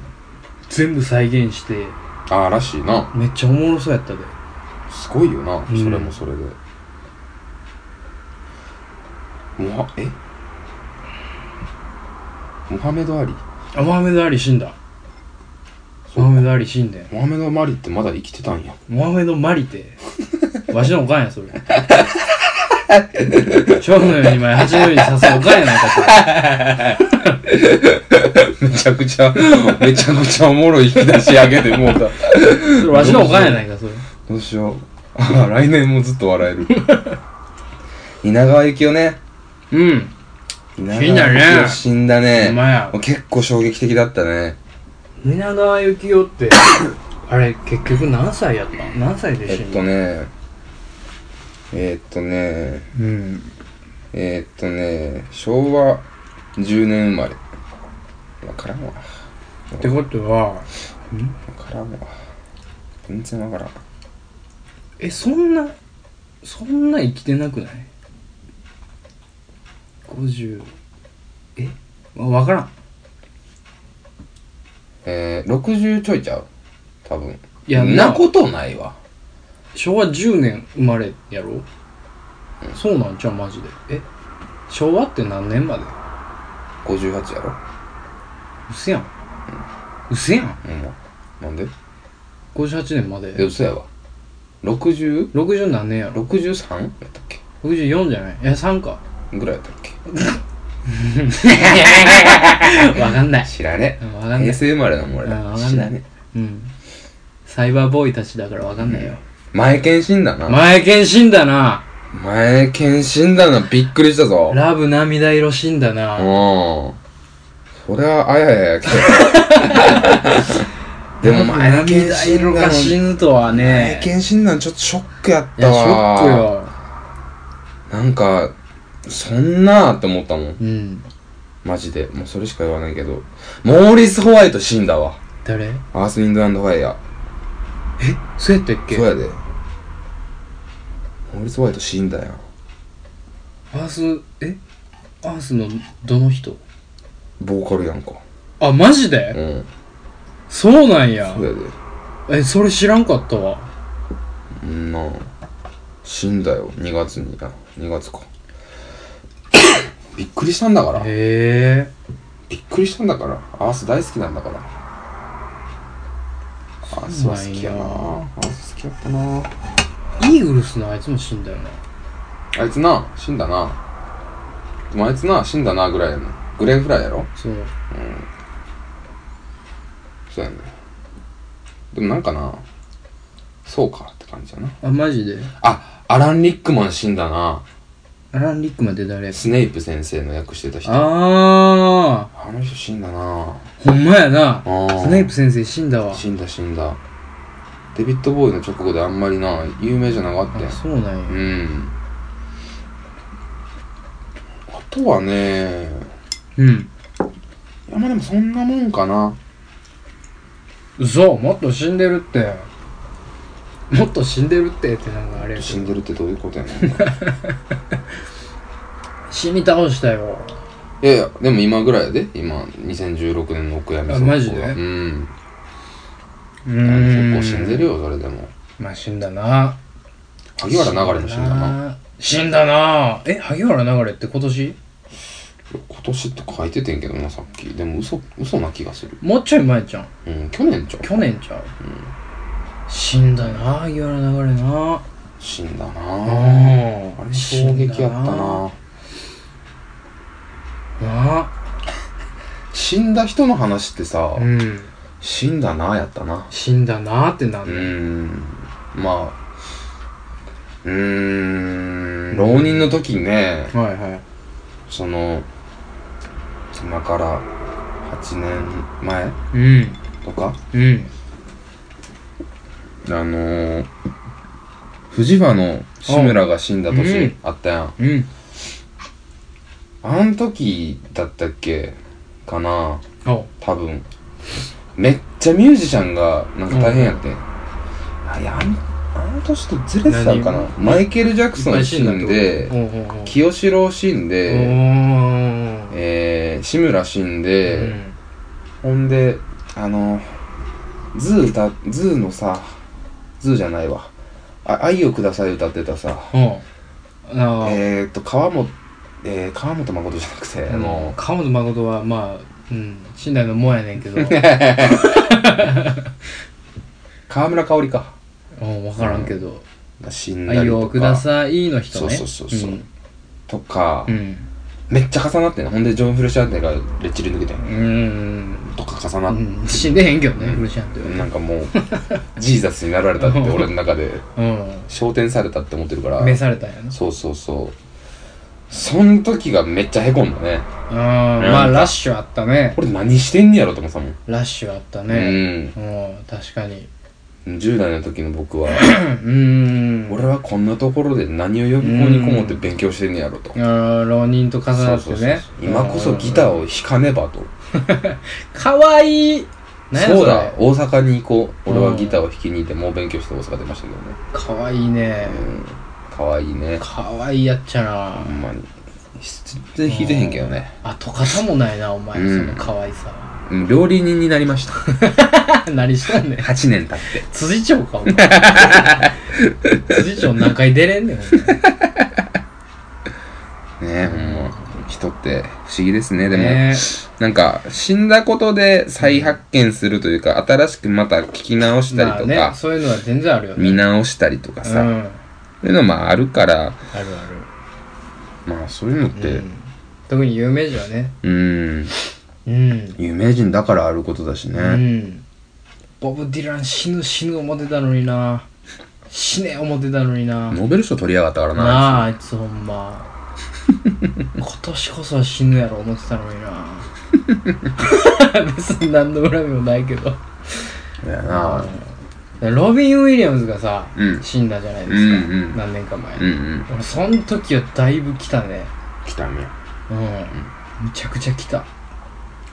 [SPEAKER 1] 全部再現して、
[SPEAKER 2] ああらしいな
[SPEAKER 1] めっちゃおもろそうやったで。
[SPEAKER 2] すごいよな、
[SPEAKER 1] ん
[SPEAKER 2] それもそれでもはえモハメド・アリ
[SPEAKER 1] あ、モハメド・アリ死んだ。
[SPEAKER 2] そう
[SPEAKER 1] モハメド・アリ死んだよ。
[SPEAKER 2] モハメド・マリってまだ生きてたんや
[SPEAKER 1] モハメド・マリテ。 わしのおかんや、それ。蝶のように前、蜂のように刺すおかんやないか、それ。
[SPEAKER 2] めちゃくちゃ、めちゃくちゃおもろい引き出し上げてもうた。
[SPEAKER 1] それわしのおかんやないか、それ。
[SPEAKER 2] どうしよう。あ来年もずっと笑える。稲川幸雄ね。
[SPEAKER 1] うん。
[SPEAKER 2] 稲
[SPEAKER 1] 死んだね
[SPEAKER 2] 川幸雄死んだ
[SPEAKER 1] お前
[SPEAKER 2] ね。
[SPEAKER 1] や。
[SPEAKER 2] 結構衝撃的だったね。
[SPEAKER 1] 皆川幸雄 って、あれ、結局何歳やった何歳で
[SPEAKER 2] え
[SPEAKER 1] 死
[SPEAKER 2] っ
[SPEAKER 1] んだ
[SPEAKER 2] とね、えっとね、
[SPEAKER 1] うん。
[SPEAKER 2] えっとね、昭和10年生まれ。わからんわ。
[SPEAKER 1] ってことは、
[SPEAKER 2] わからんわ。全然わからん。
[SPEAKER 1] え、そんな、そんな生きてなくない ?50、えわわからん。
[SPEAKER 2] えー、60ちょいちゃう多分。
[SPEAKER 1] いや
[SPEAKER 2] ん
[SPEAKER 1] な
[SPEAKER 2] なことないわ。
[SPEAKER 1] 昭和10年生まれやろ、そうなんじゃうマジでえ昭和って何年まで
[SPEAKER 2] 58やろ
[SPEAKER 1] うせやんうせやん
[SPEAKER 2] うん。なんで
[SPEAKER 1] 58年ま
[SPEAKER 2] え、
[SPEAKER 1] で
[SPEAKER 2] 嘘やわ。60?63?
[SPEAKER 1] 60何年やろ
[SPEAKER 2] やったっけ
[SPEAKER 1] 64じゃないえ3か
[SPEAKER 2] ぐらいやったっけ
[SPEAKER 1] わかんない
[SPEAKER 2] 知らね
[SPEAKER 1] うんわかん
[SPEAKER 2] え。
[SPEAKER 1] な
[SPEAKER 2] 平
[SPEAKER 1] い
[SPEAKER 2] 成生まれなもん俺
[SPEAKER 1] うんわ
[SPEAKER 2] ら。
[SPEAKER 1] かんない
[SPEAKER 2] 知らね
[SPEAKER 1] うんサイバーボーイたちだからわかんないよ、
[SPEAKER 2] え。前剣死んだな。
[SPEAKER 1] 前剣死んだな
[SPEAKER 2] 前剣死んだな、びっくりしたぞ。うん。
[SPEAKER 1] ラブ涙色死んだな、
[SPEAKER 2] そりゃ、あやややけ ど。でも前
[SPEAKER 1] ラブ
[SPEAKER 2] 剣
[SPEAKER 1] 涙
[SPEAKER 2] 死
[SPEAKER 1] 色
[SPEAKER 2] んだ
[SPEAKER 1] が
[SPEAKER 2] の
[SPEAKER 1] 死ぬとは
[SPEAKER 2] 前
[SPEAKER 1] ね
[SPEAKER 2] 剣死んだのちょっとショックやっ
[SPEAKER 1] い
[SPEAKER 2] た
[SPEAKER 1] や
[SPEAKER 2] わ。
[SPEAKER 1] ショック。よ
[SPEAKER 2] なんか、そんなーって思ったも
[SPEAKER 1] う
[SPEAKER 2] ん。
[SPEAKER 1] ん
[SPEAKER 2] マジで。もうそれしか言わないけど。モーリス・ホワイト死んだわ。
[SPEAKER 1] 誰
[SPEAKER 2] アース・ウィンド・アンド・ファイヤ
[SPEAKER 1] そうやったっ
[SPEAKER 2] ー。
[SPEAKER 1] け
[SPEAKER 2] そうやで。モーリス・ホワイト死んだやん。
[SPEAKER 1] アースえアースのどの人
[SPEAKER 2] ボーカルやんか。
[SPEAKER 1] あマジで、
[SPEAKER 2] うん。
[SPEAKER 1] そうなんや
[SPEAKER 2] そうやで。
[SPEAKER 1] えそれ知らんかったわ
[SPEAKER 2] うんな死んだよ。2月に。あ、2月か。 びっくりしたんだから。
[SPEAKER 1] へえ
[SPEAKER 2] びっくりしたんだから。アース大好きなんだから。アースは好きやな
[SPEAKER 1] そうなん
[SPEAKER 2] アース好きやったな
[SPEAKER 1] イーグルスのあいつも死んだよな
[SPEAKER 2] あいつな、死んだな。でもあいつな、死んだなぐらいやな。グレンフライやろ
[SPEAKER 1] そう
[SPEAKER 2] そうやねでもなんかなそうかって感じだな
[SPEAKER 1] あマジで
[SPEAKER 2] あアラン・リックマン死んだな
[SPEAKER 1] アラン・リックマンって誰
[SPEAKER 2] スネイプ先生の役してた人あ
[SPEAKER 1] あ
[SPEAKER 2] の人死んだな
[SPEAKER 1] あほんまやな
[SPEAKER 2] ー
[SPEAKER 1] スネイプ先生死んだわ
[SPEAKER 2] 死んだ死んだデビッド・ボーイの直後であんまりな有名じゃなかったや
[SPEAKER 1] あ
[SPEAKER 2] ん
[SPEAKER 1] そうなんや
[SPEAKER 2] うんあとはね
[SPEAKER 1] うん
[SPEAKER 2] いやまあでもそんなもんかな
[SPEAKER 1] 嘘もっと死んでるってもっと死んでるってってなんかあれやけ
[SPEAKER 2] 死
[SPEAKER 1] ど
[SPEAKER 2] んでるってどういうことやね んい
[SPEAKER 1] 死に倒したよ
[SPEAKER 2] やいやでも今ぐらいやで今2016年のお悔やみ
[SPEAKER 1] あ
[SPEAKER 2] 速報
[SPEAKER 1] マジで
[SPEAKER 2] うん
[SPEAKER 1] う
[SPEAKER 2] 結
[SPEAKER 1] ー
[SPEAKER 2] 構死んでるよそれでも
[SPEAKER 1] まあ死んだな
[SPEAKER 2] 萩原流れも死んだな
[SPEAKER 1] 死んだなえ萩原流れって今年
[SPEAKER 2] 今年って書いててんけどなさっきでも嘘嘘な気がする
[SPEAKER 1] もうちょい前じゃん
[SPEAKER 2] うん去年ちゃう
[SPEAKER 1] 去年ちゃう、死んだな萩原流れな
[SPEAKER 2] 死んだな
[SPEAKER 1] あ
[SPEAKER 2] ああれ衝撃やっ
[SPEAKER 1] 死ん
[SPEAKER 2] た
[SPEAKER 1] だ
[SPEAKER 2] な
[SPEAKER 1] な
[SPEAKER 2] 死んだ人の話ってさ、
[SPEAKER 1] あうん
[SPEAKER 2] 死んだなやったな
[SPEAKER 1] 死んだなってなん
[SPEAKER 2] う
[SPEAKER 1] の、
[SPEAKER 2] んまあうーん浪人の時にね
[SPEAKER 1] はいはい
[SPEAKER 2] その今から8年前
[SPEAKER 1] うん
[SPEAKER 2] とか
[SPEAKER 1] うん
[SPEAKER 2] あのー、藤場の志村が死んだ
[SPEAKER 1] う
[SPEAKER 2] 年
[SPEAKER 1] ん
[SPEAKER 2] あったやん
[SPEAKER 1] うん
[SPEAKER 2] あん時だったっけかな
[SPEAKER 1] あ
[SPEAKER 2] 多分めっちゃミュージシャンがなんか大変やってん、あいやあんあの年とずれてたんかな
[SPEAKER 1] 何
[SPEAKER 2] マイケル・ジャクソン死ん
[SPEAKER 1] いっ
[SPEAKER 2] で
[SPEAKER 1] ぱい死んだってことおうおうおう
[SPEAKER 2] 清志郎死んで、
[SPEAKER 1] おー
[SPEAKER 2] えー、志村死んで、
[SPEAKER 1] うん
[SPEAKER 2] ほんであのズー歌ズーのさズーじゃないわあ愛をください歌ってたさ
[SPEAKER 1] うんああ、
[SPEAKER 2] えー、っと川本えー、川本誠じゃなくてあ
[SPEAKER 1] あ
[SPEAKER 2] の
[SPEAKER 1] の川本誠はまあうん信頼のもんやねんけ ど
[SPEAKER 2] 川村香織か
[SPEAKER 1] うん分からんけど「
[SPEAKER 2] 死んだり
[SPEAKER 1] 愛
[SPEAKER 2] と
[SPEAKER 1] を
[SPEAKER 2] か
[SPEAKER 1] ください」の人ね
[SPEAKER 2] そうそうそうそう
[SPEAKER 1] うん
[SPEAKER 2] とか、
[SPEAKER 1] うん
[SPEAKER 2] めっちゃ重なってんほんでジョン・フルシャンテがレッチリ抜けてん
[SPEAKER 1] うん
[SPEAKER 2] とか重なって、
[SPEAKER 1] うん死んでへんけどねフルシャンって
[SPEAKER 2] なんか もうジーザスになられたって俺の中で
[SPEAKER 1] う
[SPEAKER 2] 昇天されたって思って るから
[SPEAKER 1] ん召されたんやな
[SPEAKER 2] そうそうそうそん時がめっちゃへこんだね
[SPEAKER 1] あ
[SPEAKER 2] うん
[SPEAKER 1] まあラッシュあったね
[SPEAKER 2] 俺何してんねやろと思ってたもん、
[SPEAKER 1] ラッシュあったねうん確かに
[SPEAKER 2] うん10代の時の僕 は
[SPEAKER 1] うん
[SPEAKER 2] 俺はこんなところで何を横にこもって勉強してんねやろと、
[SPEAKER 1] あー浪人と重なってね
[SPEAKER 2] 今こそギター
[SPEAKER 1] を
[SPEAKER 2] を弾かねばと、
[SPEAKER 1] かわいい何や
[SPEAKER 2] そ
[SPEAKER 1] れ
[SPEAKER 2] うだ大阪に行こう俺はギターを弾きに行ってもう勉強して大阪出ましたけどね
[SPEAKER 1] かわいいね
[SPEAKER 2] かわいいね
[SPEAKER 1] かわいいやっちゃな
[SPEAKER 2] ほんまに全然弾いてへんけどね
[SPEAKER 1] 跡形もないなお前
[SPEAKER 2] うん
[SPEAKER 1] その可愛さ は
[SPEAKER 2] うん料理人になり ました
[SPEAKER 1] 何したんねん
[SPEAKER 2] 8年経って
[SPEAKER 1] 辻町かお 前辻町何回出れ んねんほんま
[SPEAKER 2] ねえほんま人って不思議ですねでも、
[SPEAKER 1] ね
[SPEAKER 2] なんか死んだことで再発見するというか新しくまた聞き直したり
[SPEAKER 1] まあ
[SPEAKER 2] と
[SPEAKER 1] ね
[SPEAKER 2] か、
[SPEAKER 1] そういうのは全然あるよね
[SPEAKER 2] 見直したりとか
[SPEAKER 1] うん
[SPEAKER 2] さ、
[SPEAKER 1] ある
[SPEAKER 2] そういうのもあるから
[SPEAKER 1] ある
[SPEAKER 2] まあそういうのっ
[SPEAKER 1] う
[SPEAKER 2] て
[SPEAKER 1] ん特に有名人はね
[SPEAKER 2] うん
[SPEAKER 1] うん
[SPEAKER 2] 有名人だからあることだしね、
[SPEAKER 1] うんボブ・ディラン死ぬ死ぬ思ってたのにな死ね思ってたのにな
[SPEAKER 2] ノーベル賞取りやがったからな
[SPEAKER 1] なああいつほんま 今年こそは死ぬやろ思ってたのにな 別に何の恨みもないけど
[SPEAKER 2] そうやな
[SPEAKER 1] ロビン・ウィリアムズがさ、
[SPEAKER 2] うん
[SPEAKER 1] 死んだじゃないですか、
[SPEAKER 2] うんうん
[SPEAKER 1] 何年か前、
[SPEAKER 2] うんうん
[SPEAKER 1] 俺その時はだいぶ来たね
[SPEAKER 2] 来たね
[SPEAKER 1] うん、むちゃくちゃ来た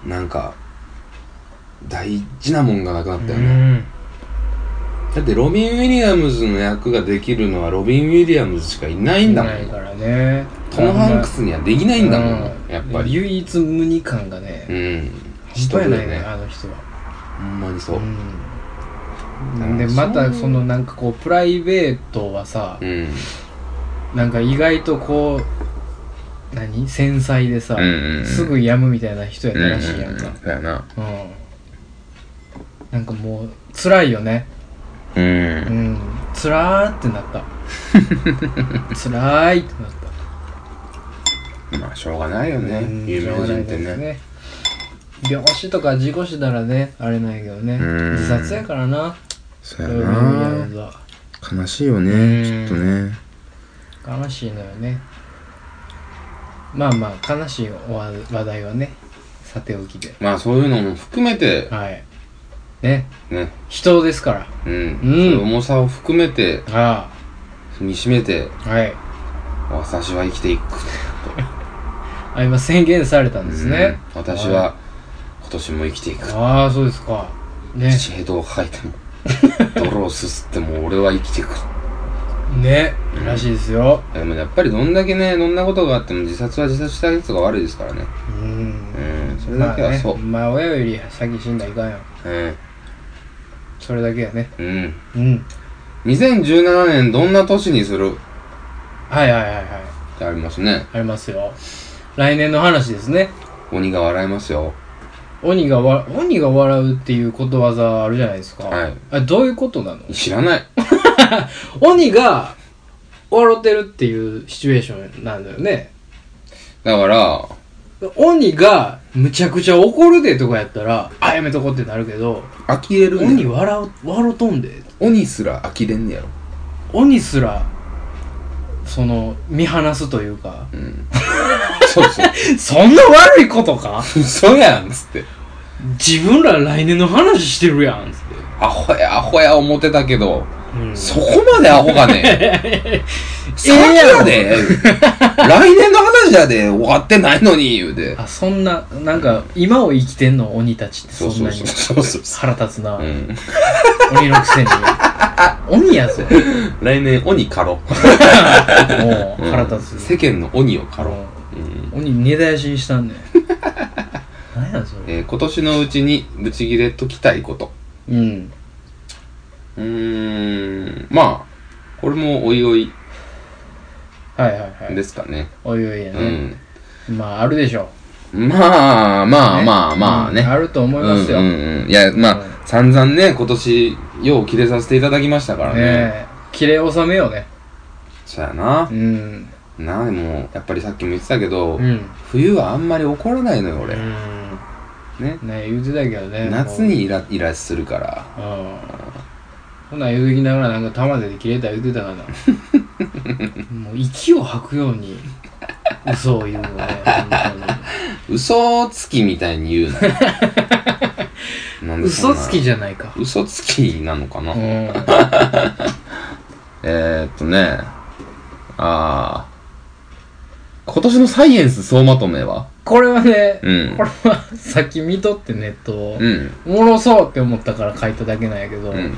[SPEAKER 2] なんか大事なもんがなくなったよね、だってロビン・ウィリアムズの役ができるのはロビン・ウィリアムズしかいないんだも
[SPEAKER 1] ない
[SPEAKER 2] ん
[SPEAKER 1] からね
[SPEAKER 2] トム・ハンクスにはできないんだもん
[SPEAKER 1] う
[SPEAKER 2] やっぱり
[SPEAKER 1] 唯一無二感がね
[SPEAKER 2] うん
[SPEAKER 1] し
[SPEAKER 2] 人
[SPEAKER 1] と
[SPEAKER 2] だ
[SPEAKER 1] や
[SPEAKER 2] よ
[SPEAKER 1] ないね
[SPEAKER 2] ね
[SPEAKER 1] あの人は
[SPEAKER 2] ほんまにそうう
[SPEAKER 1] んで
[SPEAKER 2] うん
[SPEAKER 1] またそのなんかこうプライベートはさ
[SPEAKER 2] う、ん
[SPEAKER 1] なんか意外とこう何繊細でさ、
[SPEAKER 2] うんうんうん
[SPEAKER 1] すぐやむみたいな人やっ
[SPEAKER 2] う
[SPEAKER 1] た
[SPEAKER 2] んうん
[SPEAKER 1] らしいやんか、
[SPEAKER 2] そうやな
[SPEAKER 1] うんなんかもう辛いよね
[SPEAKER 2] う
[SPEAKER 1] うんん辛ーってなった辛いってなった
[SPEAKER 2] まあしょうがないよね
[SPEAKER 1] うん
[SPEAKER 2] 有名
[SPEAKER 1] しょう
[SPEAKER 2] 人って
[SPEAKER 1] がないです
[SPEAKER 2] ね
[SPEAKER 1] ね病死とか事故死ならねあれないけどね
[SPEAKER 4] うん
[SPEAKER 1] 自殺やからな
[SPEAKER 4] そう
[SPEAKER 1] ロ
[SPEAKER 4] や
[SPEAKER 1] ビン・ウィリアム
[SPEAKER 4] な
[SPEAKER 1] ズは
[SPEAKER 4] 悲しいよ
[SPEAKER 1] うん
[SPEAKER 4] ねちょっとね
[SPEAKER 1] 悲しいのよねまあまあ悲しい話話題はねさておきで
[SPEAKER 2] まあそういうのも含めて、
[SPEAKER 1] はいね
[SPEAKER 2] ね、
[SPEAKER 1] 人ですから
[SPEAKER 2] うん、
[SPEAKER 1] うん
[SPEAKER 2] その重さを含めて、
[SPEAKER 1] あ
[SPEAKER 2] 踏みしめて、
[SPEAKER 1] あはい
[SPEAKER 2] 私は生きていく。
[SPEAKER 1] あ今宣言されたんですね、
[SPEAKER 2] うん私は、今年も生きていく。
[SPEAKER 1] ああそうですかね
[SPEAKER 2] 血へどを吐いても、 泥をすすっても俺は生きていく。
[SPEAKER 1] ねらしいですよ
[SPEAKER 2] でもやっぱりどんだけね、どんなことがあっても自殺は自殺したやつが悪いですからね。
[SPEAKER 1] うん
[SPEAKER 2] うん、それだけはそう。
[SPEAKER 1] まあね、まあ親より先死んだらいかんよそれだけやね
[SPEAKER 2] うん。うん。
[SPEAKER 1] うん
[SPEAKER 2] 2017年どんな年にする
[SPEAKER 1] はいはいはいはい
[SPEAKER 2] ってありますね。
[SPEAKER 1] ありますよ来年の話ですね
[SPEAKER 2] 鬼が笑いますよ。
[SPEAKER 1] 鬼がわ鬼が笑うっていうことわざあるじゃないですか、
[SPEAKER 2] はい
[SPEAKER 1] あどういうことなの
[SPEAKER 2] 知らない。
[SPEAKER 1] 鬼が笑ってるっていうシチュエーションなんだよね
[SPEAKER 2] だから、
[SPEAKER 1] 鬼がむちゃくちゃ怒るでとかやったらあやめとこってなるけど
[SPEAKER 2] 呆れるね
[SPEAKER 1] 鬼笑う笑うとんで
[SPEAKER 2] 鬼すら呆れんねやろ。
[SPEAKER 1] 鬼すらその見放すというか
[SPEAKER 2] うん。 そうそう。
[SPEAKER 1] そんな悪いことか
[SPEAKER 2] 嘘やんっつって。
[SPEAKER 1] 自分ら来年の話してるやんつって、
[SPEAKER 2] アホや、アホや思ってたけど、
[SPEAKER 1] うん
[SPEAKER 2] そこまでアホがね。先やで。来年の話やで、終わってないのに、言うて。
[SPEAKER 1] あそんななんか今を生きてんの鬼たちってそ
[SPEAKER 2] そうんそ
[SPEAKER 1] な
[SPEAKER 2] う
[SPEAKER 1] に
[SPEAKER 2] そうそうそ
[SPEAKER 1] 腹立つな、
[SPEAKER 2] う。うん。
[SPEAKER 1] 鬼のくせに 鬼やぞも
[SPEAKER 2] 来年、鬼かろ。
[SPEAKER 1] う腹立つ、
[SPEAKER 2] 世間の鬼をかろ。うん。
[SPEAKER 1] 鬼根絶やしにした んね何やそれ
[SPEAKER 2] えー今年のうちにブチギレときたいこと。
[SPEAKER 1] うん
[SPEAKER 2] うーん。まあ、これもおいおい
[SPEAKER 1] はいはいはい
[SPEAKER 2] ですかね。
[SPEAKER 1] おいおいや
[SPEAKER 2] う
[SPEAKER 1] ね、
[SPEAKER 2] ん。
[SPEAKER 1] まああるでしょ
[SPEAKER 2] まあ、まあ、
[SPEAKER 1] ね
[SPEAKER 2] まあ、まあ
[SPEAKER 1] うん
[SPEAKER 2] ね。
[SPEAKER 1] あると思
[SPEAKER 2] う
[SPEAKER 1] い
[SPEAKER 2] んう
[SPEAKER 1] ますよ、ね
[SPEAKER 2] んうん。いや、ま
[SPEAKER 1] う
[SPEAKER 2] あ、散々ね、今年、よう切れさせていただきましたからね。
[SPEAKER 1] え綺麗収めようね
[SPEAKER 2] そうやな
[SPEAKER 1] う。ん
[SPEAKER 2] なあ、でも、やっぱりさっきも言ってたけど
[SPEAKER 1] う、ん
[SPEAKER 2] 冬はあんまり怒らないのよ、
[SPEAKER 1] う
[SPEAKER 2] 俺。
[SPEAKER 1] ん
[SPEAKER 2] ね。
[SPEAKER 1] ね言うてたけどね
[SPEAKER 2] 夏にイラ、イラするから。
[SPEAKER 1] もううんほな言うときながらなんか玉手で切れた言うてたかな もう息を吐くように嘘を言うのね本当に
[SPEAKER 2] 嘘つきみたいに言うな よ。なんでそん
[SPEAKER 1] 嘘
[SPEAKER 2] な
[SPEAKER 1] つきじゃないか。
[SPEAKER 2] 嘘つきなのかな、
[SPEAKER 1] うん。
[SPEAKER 2] えー、っとね、あー、今年のサイエンス総まとめは
[SPEAKER 1] これはね、
[SPEAKER 2] うん
[SPEAKER 1] こ。れはさっき見とってネットを、
[SPEAKER 2] うん。
[SPEAKER 1] おもろそうって思ったから書いただけなんやけど、
[SPEAKER 2] うん。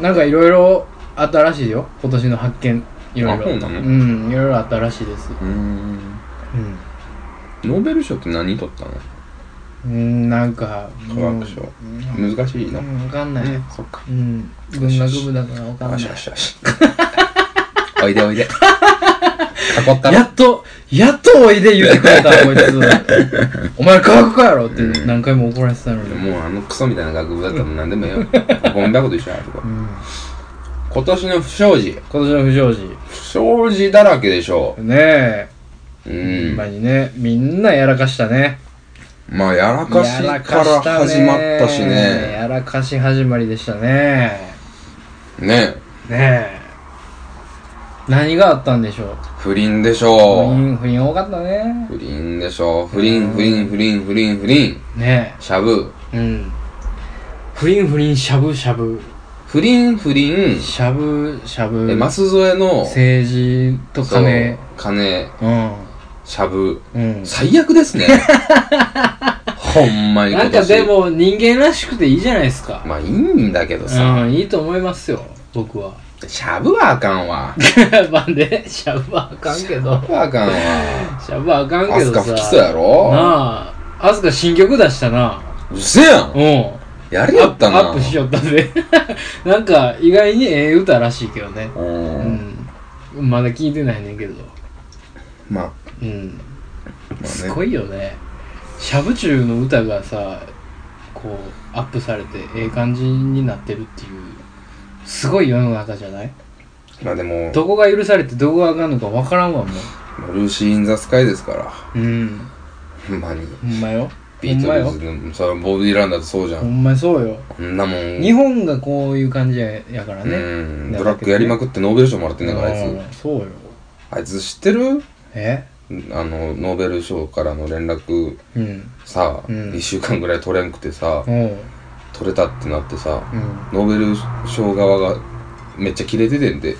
[SPEAKER 1] なんかいろいろあったらしいよ。今年の発見。いろい
[SPEAKER 2] あそう
[SPEAKER 1] ろ。
[SPEAKER 2] なの
[SPEAKER 1] うん、いろいろあったらしいです。
[SPEAKER 2] うーん。
[SPEAKER 1] うん。
[SPEAKER 2] ノーベル賞って何取ったの
[SPEAKER 1] うん、なんか、
[SPEAKER 2] 科学賞
[SPEAKER 1] うん。
[SPEAKER 2] 難しいの、
[SPEAKER 1] うん、わかんない。
[SPEAKER 2] ねそっか。
[SPEAKER 1] うん。文学部だからわかんな
[SPEAKER 2] よ
[SPEAKER 1] い
[SPEAKER 2] しよ。しよし。 おいでおいで。囲った
[SPEAKER 1] や
[SPEAKER 2] な。
[SPEAKER 1] っと、やっとおいで言ってくれた、こい つ。お前科学家やろって
[SPEAKER 2] うん
[SPEAKER 1] 何回も怒らせてたのに。
[SPEAKER 2] もうあのクソみたいな学部だったらもう何でもええよ。ゴミ箱と一緒やとか
[SPEAKER 1] う。ん。
[SPEAKER 2] 今年の不祥事。
[SPEAKER 1] 今年の不祥事。
[SPEAKER 2] 不祥事だらけでしょ
[SPEAKER 1] ね
[SPEAKER 2] う。う
[SPEAKER 1] え、ほん
[SPEAKER 2] ん。
[SPEAKER 1] まにねみんなやらかしたね
[SPEAKER 2] まあ、やらかしから
[SPEAKER 1] やらか
[SPEAKER 2] 始まったしね。
[SPEAKER 1] やらかし始まりでしたね
[SPEAKER 2] ね。
[SPEAKER 1] ねえ何があったんでしょう
[SPEAKER 2] 不倫でし
[SPEAKER 1] 不
[SPEAKER 2] ょう。
[SPEAKER 1] 倫不倫多かったね
[SPEAKER 2] 不倫でしょ不倫不倫不倫不倫不倫
[SPEAKER 1] ね
[SPEAKER 2] しゃぶ
[SPEAKER 1] えうん不倫不倫しゃぶしゃぶ
[SPEAKER 2] 不倫不倫
[SPEAKER 1] しゃぶしゃぶ
[SPEAKER 2] え舛添の
[SPEAKER 1] 政治と金
[SPEAKER 2] そう金
[SPEAKER 1] うん
[SPEAKER 2] しゃぶ
[SPEAKER 1] うん
[SPEAKER 2] 最悪です ねほんまに
[SPEAKER 1] な
[SPEAKER 2] 今
[SPEAKER 1] ん
[SPEAKER 2] 年
[SPEAKER 1] かでも人間らしくていいじゃないですか
[SPEAKER 2] まあいいんだけどさ、
[SPEAKER 1] うんいいと思いますよ僕は
[SPEAKER 2] しゃぶはあかんわ
[SPEAKER 1] まあねしゃぶはあかんけど
[SPEAKER 2] しゃぶはあかんわ
[SPEAKER 1] シャバあかん
[SPEAKER 2] ア
[SPEAKER 1] けど
[SPEAKER 2] スカ
[SPEAKER 1] さ。
[SPEAKER 2] 不起訴やろ
[SPEAKER 1] なあ。アスカ新曲出したな。
[SPEAKER 2] うせやん
[SPEAKER 1] うん。
[SPEAKER 2] やりよった
[SPEAKER 1] アッ
[SPEAKER 2] な
[SPEAKER 1] プアップしよったぜ。 なんか意外にええ歌らしいけどね。
[SPEAKER 2] う
[SPEAKER 1] うんん。まだ聞いてないねんけど。
[SPEAKER 2] まあ
[SPEAKER 1] うん。
[SPEAKER 2] まあね
[SPEAKER 1] すごいよね。シャブチューの歌がさ、こう、アップされてええ感じになってるっていう。すごい世の中じゃない
[SPEAKER 2] まあでも
[SPEAKER 1] どこが許されてどこがあかんのかわからんわも
[SPEAKER 2] ルーシー・イン・ザ・スカイですから
[SPEAKER 1] う。うん。
[SPEAKER 2] ほんまに
[SPEAKER 1] ほんまよ。
[SPEAKER 2] ビートルズのそれボディーランダーってそうじゃ
[SPEAKER 1] ほ
[SPEAKER 2] ん
[SPEAKER 1] んまにそうよ
[SPEAKER 2] こんなもん
[SPEAKER 1] 日本がこういう感じややから
[SPEAKER 2] う
[SPEAKER 1] ね
[SPEAKER 2] んドラッグやりまくってノーベル賞もらってんだからあい
[SPEAKER 1] うんそうよ
[SPEAKER 2] つあいつ知ってる
[SPEAKER 1] え
[SPEAKER 2] あのノーベル賞からの連絡
[SPEAKER 1] うん
[SPEAKER 2] さ、
[SPEAKER 1] う
[SPEAKER 2] 一
[SPEAKER 1] ん
[SPEAKER 2] 1週間ぐらい取れんくてさ
[SPEAKER 1] おう
[SPEAKER 2] 取れたってなってさ
[SPEAKER 1] うん
[SPEAKER 2] ノーベル賞側がめっちゃキレて てんて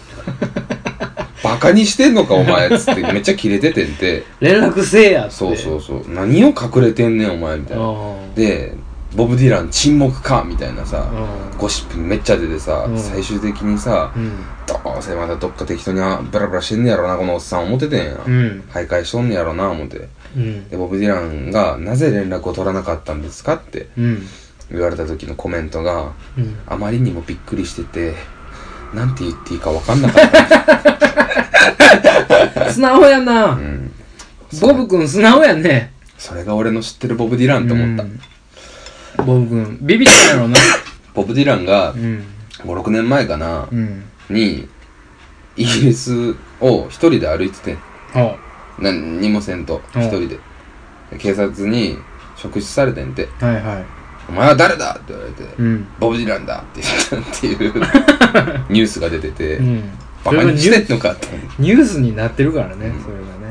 [SPEAKER 2] バカにしてんのかお前っつってめっちゃキレててんて
[SPEAKER 1] 連絡せえやって
[SPEAKER 2] そうそううそう何を隠れてんねんお前みたいな
[SPEAKER 1] あ
[SPEAKER 2] でボブ・ディラン沈黙かみたいなさ
[SPEAKER 1] あ
[SPEAKER 2] ゴシップめっちゃ出てさ
[SPEAKER 1] うん
[SPEAKER 2] 最終的にさ
[SPEAKER 1] うん
[SPEAKER 2] どうせまたどっか適当にあブラブラしてんねやろなこのおっさん思っててんや
[SPEAKER 1] うん
[SPEAKER 2] 徘徊しとんねやろな思って
[SPEAKER 1] うん
[SPEAKER 2] でボブ・ディランがなぜ連絡を取らなかったんですかって
[SPEAKER 1] うん
[SPEAKER 2] 言われた時のコメントが
[SPEAKER 1] うん
[SPEAKER 2] あまりにもびっくりしてて、なんて言っていいかわかんなかった。
[SPEAKER 1] 素直や
[SPEAKER 2] う。
[SPEAKER 1] なんボブ君素直やね
[SPEAKER 2] それが俺の知ってるボブ・ディランと思った。
[SPEAKER 1] たボブ君ビビったん やろうな
[SPEAKER 2] ボブ・ディランが
[SPEAKER 1] うん
[SPEAKER 2] 5、6年前かな
[SPEAKER 1] う、ん
[SPEAKER 2] に、イギリスを一人で歩いててん。
[SPEAKER 1] あ
[SPEAKER 2] 何にもせんと、
[SPEAKER 1] うん
[SPEAKER 2] 一人で。で警察に職質されてんて、
[SPEAKER 1] はいはい
[SPEAKER 2] お前は誰だって言われて、
[SPEAKER 1] うん
[SPEAKER 2] ボブ・ディランだって言ったっていう ニュースが出てて、
[SPEAKER 1] うん
[SPEAKER 2] バ
[SPEAKER 1] それ
[SPEAKER 2] カ
[SPEAKER 1] がニ
[SPEAKER 2] にし
[SPEAKER 1] ュ
[SPEAKER 2] て
[SPEAKER 1] ー
[SPEAKER 2] んのかって。
[SPEAKER 1] ニュースになってるからね
[SPEAKER 2] うん
[SPEAKER 1] それがね